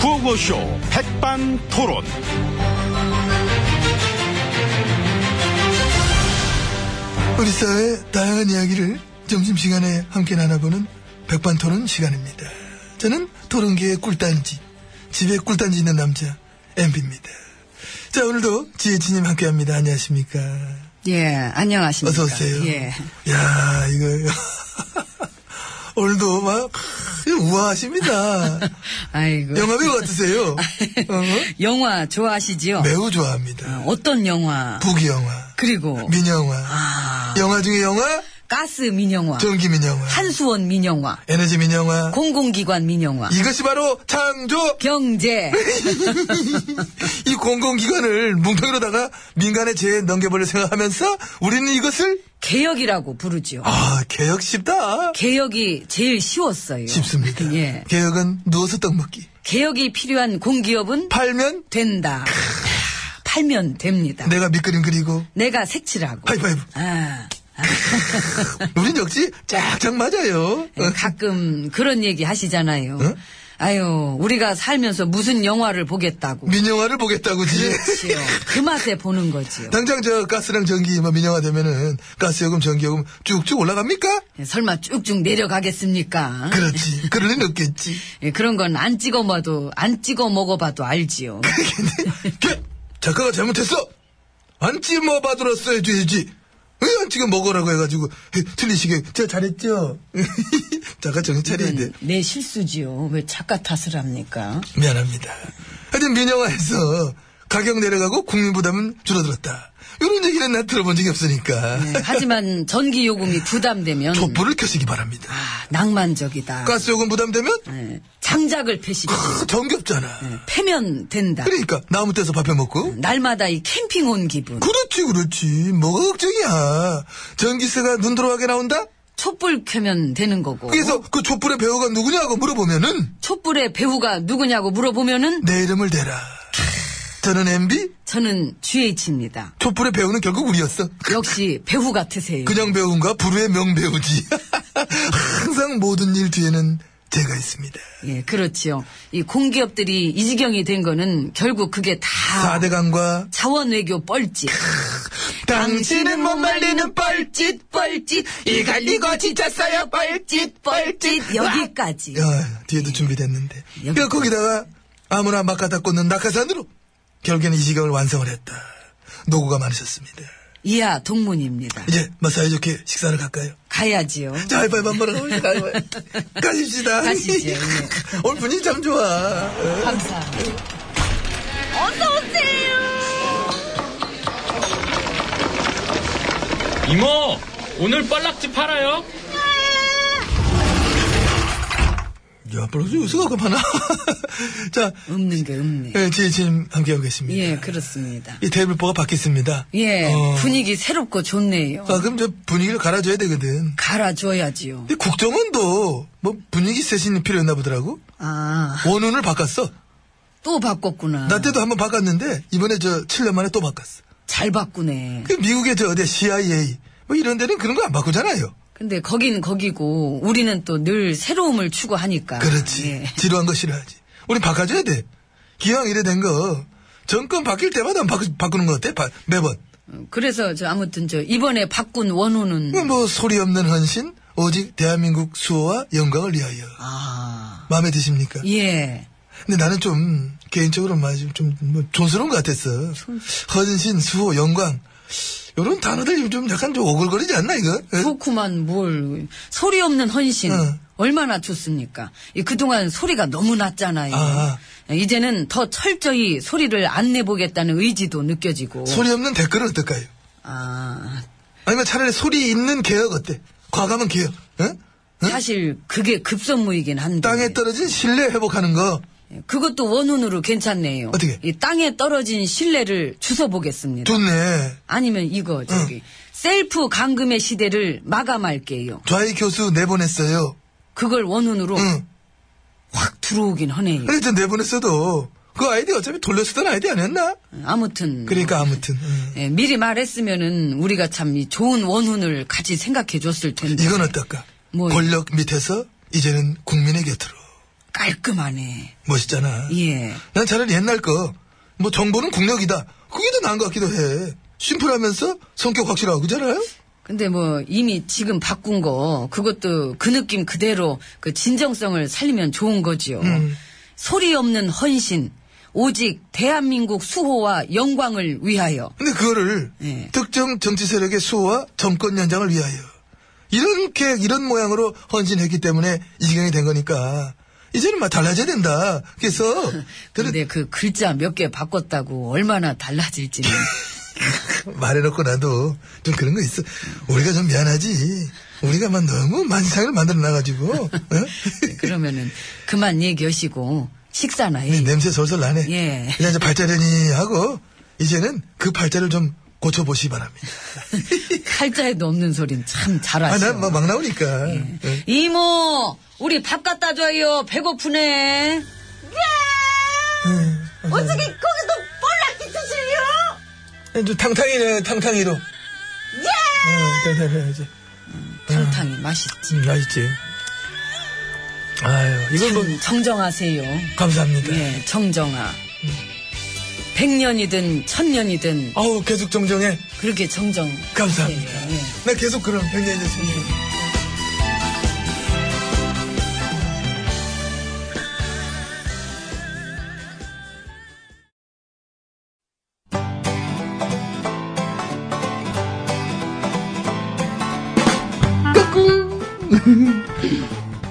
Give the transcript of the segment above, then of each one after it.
구호쇼 백반토론. 우리 사회의 다양한 이야기를 점심시간에 함께 나눠보는 백반토론 시간입니다. 저는 토론계의 꿀단지, 집에 꿀단지 있는 남자, MB입니다. 자, 오늘도 지혜진님 함께 합니다. 안녕하십니까. 예, 안녕하십니까. 어서오세요. 예. 야 이거. 오늘도 막 우아하십니다. 아이고. 영화배우 같으세요. 어? 영화 좋아하시지요? 매우 좋아합니다. 어, 어떤 영화? 북영화, 그리고 민영화, 아. 영화 중에 영화, 가스 민영화, 전기 민영화, 한수원 민영화, 에너지 민영화, 공공기관 민영화, 이것이 바로 창조 경제. 네. 이 공공기관을 뭉텅이로다가 민간의 재에 넘겨버려 생각하면서 우리는 이것을 개혁이라고 부르지요. 아 개혁 쉽다 개혁이 제일 쉬웠어요. 쉽습니다 예. 개혁은 누워서 떡 먹기 개혁이 필요한 공기업은 팔면 된다. 팔면 됩니다. 내가 밑그림 그리고 내가 색칠하고. 하이파이브 아, 우린 역시 쫙쫙 맞아요 어, 예, 가끔 그런 얘기 하시잖아요. 응? 아유, 우리가 살면서 무슨 영화를 보겠다고. 민영화를 보겠다고 지 그렇지요. 그 맛에 보는 거지요. 당장 저 가스랑 전기 뭐 민영화 되면은 가스요금 전기요금 쭉쭉 올라갑니까? 예, 설마 쭉쭉 내려가겠습니까? 그렇지 그럴 리는 없겠지 예, 그런 건 안 찍어 먹어도, 안 찍어 먹어봐도 알지요. 걔, 작가가 잘못했어. 안 찍어 받으러써 해줘야지. 왜 안 찍어 먹으라고 해가지고 헤, 틀리시게 제가 잘했죠. 작가 정신 차려야 돼. 이건 내 실수지요. 왜 작가 탓을 합니까? 미안합니다. 하여튼 민영화에서 가격 내려가고 국민 부담은 줄어들었다. 이런 얘기는 난 들어본 적이 없으니까 예, 하지만 전기 요금이 부담되면 촛불을 켜시기 바랍니다. 아, 낭만적이다. 가스 요금 부담되면 예, 장작을 패십시오. 정겹잖아. 네. 패면 된다. 그러니까 나무 떼서 밥해 네. 먹고 날마다 이 캠핑 온 기분. 그렇지 그렇지 뭐가 걱정이야. 전기세가 눈 들어가게 나온다? 촛불 켜면 되는 거고. 그래서 그 촛불의 배우가 누구냐고 물어보면은 촛불의 배우가 누구냐고 물어보면은 내 이름을 대라. 저는 MB 저는 GH입니다. 촛불의 배우는 결국 우리였어. 역시 배우 같으세요. 그냥 배우인가 부르의 명배우지. 항상 모든 일 뒤에는 제가 있습니다. 예, 그렇지요. 이 공기업들이 이 지경이 된 거는 결국 그게 아. 다 4대강과 자원 외교 뻘짓. 당신은 못 말리는 뻘짓 뻘짓. 이갈 이거 지쳤어요 뻘짓 뻘짓 여기까지. 야, 뒤에도 준비됐는데. 여기. 그 거기다가 아무나 막 갖다 꽂는 낙하산으로 결국에는 이 시각을 완성을 했다. 노고가 많으셨습니다. 이하 동문입니다. 이제 뭐 사이좋게 식사를 갈까요? 가야지요. 자, 하이파이브 한번 하고 가위바위보. 가십시다. 가시죠, 예. 오늘 분위기 참 좋아. 감사합니다. 이모, 오늘 빨락지 팔아요? 야, 벌써 요새 가끔 하나. 자, 없는 게 없네. 예, 지혜진님 함께하고 계십니다. 예, 그렇습니다. 이 테이블보가 바뀌었습니다. 예, 어. 분위기 새롭고 좋네요. 아, 그럼 저 분위기를 갈아줘야 되거든. 갈아줘야지요. 근데 국정원도 뭐 분위기 세신이 필요했나 보더라고. 아, 원운을 바꿨어. 또 바꿨구나. 나 때도 한번 바꿨는데, 이번에 저 7년 만에 또 바꿨어. 잘 바꾸네. 그 미국의 저 어디 CIA, 뭐 이런 데는 그런 거 안 바꾸잖아요. 근데 거긴 거기고 우리는 또 늘 새로움을 추구하니까. 그렇지. 예. 지루한 거 싫어하지. 우리 바꿔줘야 돼. 기왕 이래 된 거, 정권 바뀔 때마다 바꾸, 는거 어때? 바- 매번. 그래서 저 아무튼 저 이번에 바꾼 원호는 뭐, 소리 없는 헌신, 오직 대한민국 수호와 영광을 위하여. 아, 마음에 드십니까? 예. 근데 나는 좀, 개인적으로 많이 좀, 좀, 뭐, 존스러운 것 같았어. 헌신, 수호, 영광. 요런 단어들 좀 약간 좀 오글거리지 않나, 이거? 예? 좋구만 뭘 소리 없는 헌신 응. 얼마나 좋습니까? 이 그동안 소리가 너무 낮잖아요. 아. 이제는 더 철저히 소리를 안 내보겠다는 의지도 느껴지고. 소리 없는 댓글은 어떨까요? 아, 아니면 차라리 소리 있는 개혁 어때? 과감한 개혁. 예? 사실 그게 급선무이긴 한데. 예, 땅에 떨어진 신뢰 회복하는 거. 그것도 원혼으로 괜찮네요. 어떻게? 이 땅에 떨어진 신뢰를 주워 보겠습니다. 좋네. 아니면 이거 저기 셀프 감금의 시대를 마감할게요. 좌희 교수 내보냈어요. 그걸 원혼으로 응. 확 들어오긴 하네요. 그래서 내보냈어도 그 아이디 어차피 돌려쓰던 아이디 아니었나? 아무튼 그러니까 아무튼 응. 예, 미리 말했으면은 우리가 참 이 좋은 원훈을 같이 생각해 줬을 텐데. 이건 어떨까? 뭐, 권력 밑에서 이제는 국민의 곁으로 깔끔하네. 멋있잖아. 예. 난 차라리 옛날 거, 뭐 정보는 국력이다. 그게 더 나은 것 같기도 해. 심플하면서 성격 확실하고, 그잖아요? 근데 뭐 이미 지금 바꾼 거 그것도 그 느낌 그대로 그 진정성을 살리면 좋은 거지요. 소리 없는 헌신 오직 대한민국 수호와 영광을 위하여. 근데 그거를 예. 특정 정치 세력의 수호와 정권 연장을 위하여 이런 계획, 이런 모양으로 헌신했기 때문에 이 지경이 된 거니까 이제는 막 달라져야 된다. 그래서 저는 근데 그 글자 몇 개 바꿨다고 얼마나 달라질지는. 그 말해놓고 나도 좀 그런 거 있어. 우리가 좀 미안하지. 우리가만 너무 만상을 만들어 놔가지고 어? 네, 그러면은 그만 얘기하시고 식사나 해. 냄새 솔솔 나네. 예. 그냥 이제 발자려니 하고 이제는 그 발자를 좀 고쳐보시기 바랍니다. 칼자에도 없는 소린 참 아, 잘하시오. 난막 막 나오니까. 예. 어? 이모 우리 밥 갖다 줘요. 배고프네. 예. 어떻게 거기도 볼락기 드실려? 좀 탕탕이네, 탕탕이로. 어, 예! 응, 네, 탕탕이지. 탕탕이 맛있지. 음, 맛있지. 아유, 이건 뭐, 참 정정하세요. 감사합니다. 예, 정정아. 음. 백년이든 천년이든 아우, 계속 정정해. 그렇게 정정. 어. 감사합니다. 예, 예. 나 네, 계속 그럼, 형님, 이제 좀.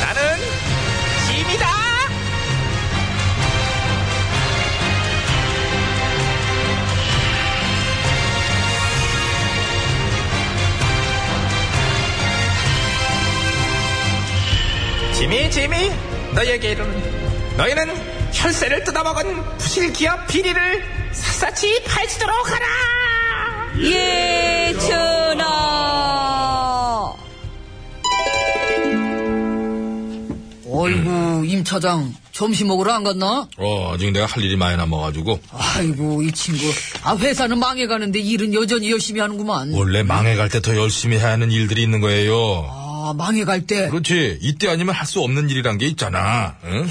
나는 짐이다. 짐이 짐이 너에게 이르는 너희는 혈세를 뜯어먹은 부실기업 비리를 샅샅이 파헤치도록 하라. 예, 전하. 어이구, 임 차장, 점심 먹으러 안 갔나? 어, 아직 내가 할 일이 많이 남아가지고, 아이고, 이 친구. 아, 회사는 망해가는데 일은 여전히 열심히 하는구만. 원래 망해갈 때 더 열심히 해야 하는 일들이 있는 거예요. 아, 망해갈 때. 그렇지. 이때 아니면 할 수 없는 일이란 게 있잖아. 응?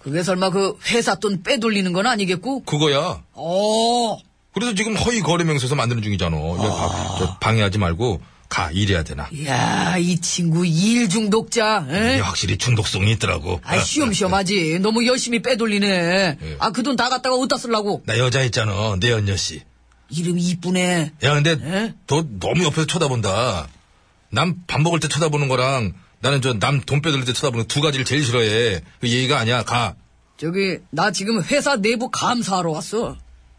그게 설마 그 회사 돈 빼돌리는 건 아니겠고? 그거야. 어, 그래서 지금 허위 거래 명세서 만드는 중이잖아. 이거 봐. 저 방해하지 말고, 가, 일해야 되나. 이야, 이 친구 일 중독자. 에? 이게 확실히 중독성이 있더라고. 아, 쉬엄쉬엄하지. 너무 열심히 빼돌리네. 예. 아, 그 돈 다 갖다가 어디다 쓰려고. 나 여자 있잖아. 내 연녀 씨. 이름 이쁘네. 야, 근데, 에? 너 너무 옆에서 쳐다본다. 남 밥 먹을 때 쳐다보는 거랑, 나는 저 남 돈 빼돌릴 때 쳐다보는 두 가지를 제일 싫어해. 그 예의가 아니야. 가. 저기, 나 지금 회사 내부 감사하러 왔어.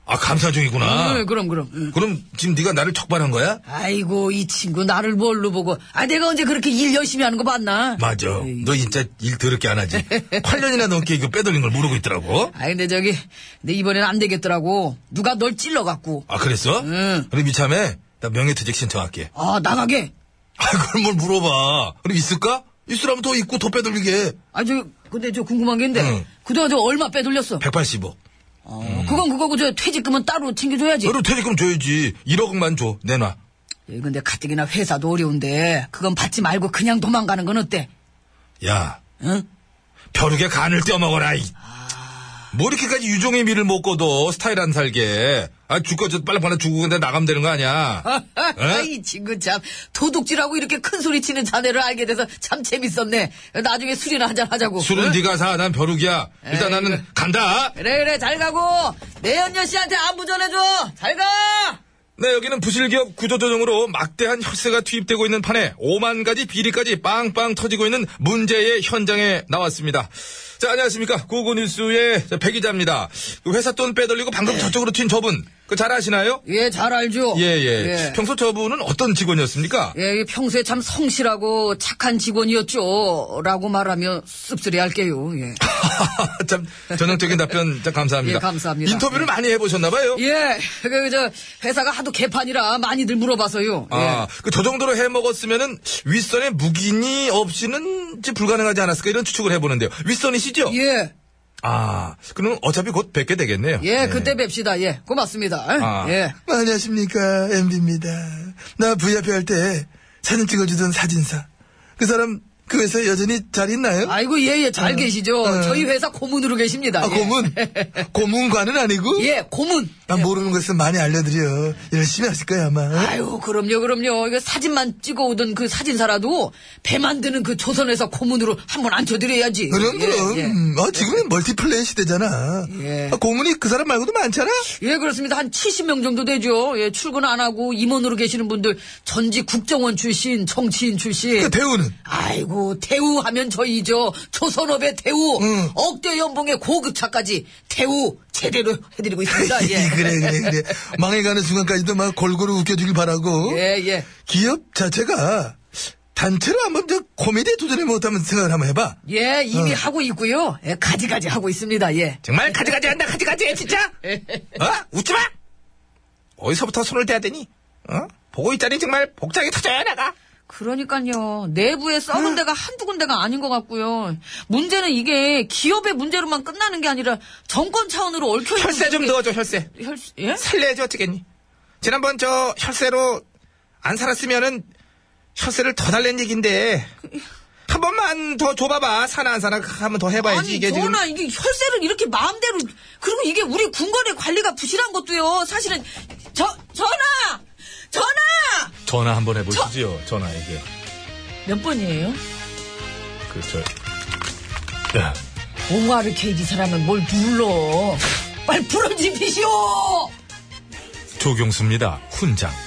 아, 감사 중이구나. 응, 그럼, 그럼. 응. 그럼 지금 네가 나를 적반한 거야? 아이고, 이 친구 나를 뭘로 보고. 아, 내가 언제 그렇게 일 열심히 하는 거 봤나? 맞아. 너 진짜 일 더럽게 안 하지. 8년이나 넘게 이거 빼돌린 걸 모르고 있더라고. 아, 근데 저기, 근데 이번엔 안 되겠더라고. 누가 널 찔러갖고. 아, 그랬어? 응. 그럼 이참에 나 명예퇴직 신청할게. 아, 나가게. 아, 그럼 뭘 물어봐. 그럼 있을까? 있으라면 더 있고 더 빼돌리게. 아, 저, 근데 저 궁금한 게 있는데. 응. 그동안 저 얼마 빼돌렸어? 185. 어, 그건 그거고 저 퇴직금은 따로 챙겨줘야지. 너를 퇴직금 줘야지. 1억만 줘. 내놔. 예, 근데 가뜩이나 회사도 어려운데 그건 받지 말고 그냥 도망가는 건 어때? 야, 응? 벼룩에 간을 떼어먹어라. 이. 뭐 이렇게까지 유종의 미를 못 거둬 스타일 안 살게 아 죽고 저 빨리 빨리 죽고 근데 나가면 되는 거 아니야 어? 에? 이 친구 참 도둑질하고 이렇게 큰 소리 치는 자네를 알게 돼서 참 재밌었네. 나중에 술이나 한잔 하자고. 술은 응? 네가 네, 사 난 벼룩이야 일단 에이, 나는 간다 그래 그래 잘 가고 내연녀 씨한테 안부 전해줘. 잘 가. 네, 여기는 부실기업 구조조정으로 막대한 혈세가 투입되고 있는 판에 5만 가지 비리까지 빵빵 터지고 있는 문제의 현장에 나왔습니다. 자, 안녕하십니까. 고고뉴스의 자, 배 기자입니다. 그 회사 돈 빼돌리고 방금 저쪽으로 튄 저분, 그 잘 아시나요? 예 잘 알죠. 예, 예. 평소 저분은 어떤 직원이었습니까? 예, 평소에 참 성실하고 착한 직원이었죠. 라고 말하며 씁쓸해 할게요. 예. 참, 전형적인 답변 참 네, 감사합니다. 예, 감사합니다. 인터뷰를 많이 해보셨나봐요. 예, 그, 저, 회사가 하도 개판이라 많이들 물어봐서요. 예. 아, 그 저 정도로 해 먹었으면은 윗선에 무기니 없이는 이제 불가능하지 않았을까 이런 추측을 해보는데요. 윗선이시죠? 예, 아, 그럼 어차피 곧 뵙게 되겠네요. 예, 네. 그때 뵙시다. 예, 고맙습니다. 아. 예. 안녕하십니까 MB입니다. 나 VIP 할 때 사진 찍어주던 사진사 그 사람 그 회사에 여전히 잘 있나요? 아이고, 예, 예, 잘 어, 계시죠. 어. 저희 회사 고문으로 계십니다. 아, 예. 고문 고문관은 아니고 예, 고문. 난 모르는 것은 많이 알려드려 열심히 하실 거야 아마 아유, 그럼요, 그럼요. 이거 사진만 찍어오던 그 사진사라도 배 만드는 그 조선회사 고문으로 한 번 앉혀드려야지. 그럼 예, 그럼 예. 아, 지금은 멀티플레이 시대잖아 예. 아, 고문이 그 사람 말고도 많잖아 예, 그렇습니다. 한 70명 정도 되죠. 예, 출근 안 하고 임원으로 계시는 분들, 전직 국정원 출신, 정치인 출신. 그 배우는 아이고, 대우 하면 저희죠. 조선업의 대우. 음. 억대 연봉의 고급차까지 대우 제대로 해드리고 있습니다. 예. 그래 그래 그래 망해가는 순간까지도 막 골고루 웃겨주길 바라고 예, 예. 기업 자체가 단체로 한번 저 코미디에 도전해 못하면 생각을 한번 해봐 예, 이미 음. 하고 있고요. 예, 가지가지 하고 있습니다. 예. 정말 가지가지 한다 가지가지 진짜 어? 웃지마 어디서부터 손을 대야 되니 어? 보고 있자니 정말 복장이 터져야 나가 그러니까요. 내부에 썩은 음. 데가 한두 군데가 아닌 것 같고요. 문제는 이게 기업의 문제로만 끝나는 게 아니라 정권 차원으로 얽혀있는. 혈세 좀 그게- 넣어줘 혈세 혈, 예? 살려야지 어쩌겠니 지난번 저 혈세로 안 살았으면은 혈세를 더 달란 얘긴데 한 번만 더 줘봐봐 사나 안 사나 한번 더 해봐야지 아니, 이게 지금 전화 이게 혈세를 이렇게 마음대로 그리고 이게 우리 궁궐의 관리가 부실한 것도요. 사실은 저 전화 전화 전화 한번 해보시죠. 전화 이게 몇 번이에요? 그렇죠. 야, 봉화를 캐이 사람은 뭘 눌러? 빨리 불을 지피시오. 조경수입니다. 훈장.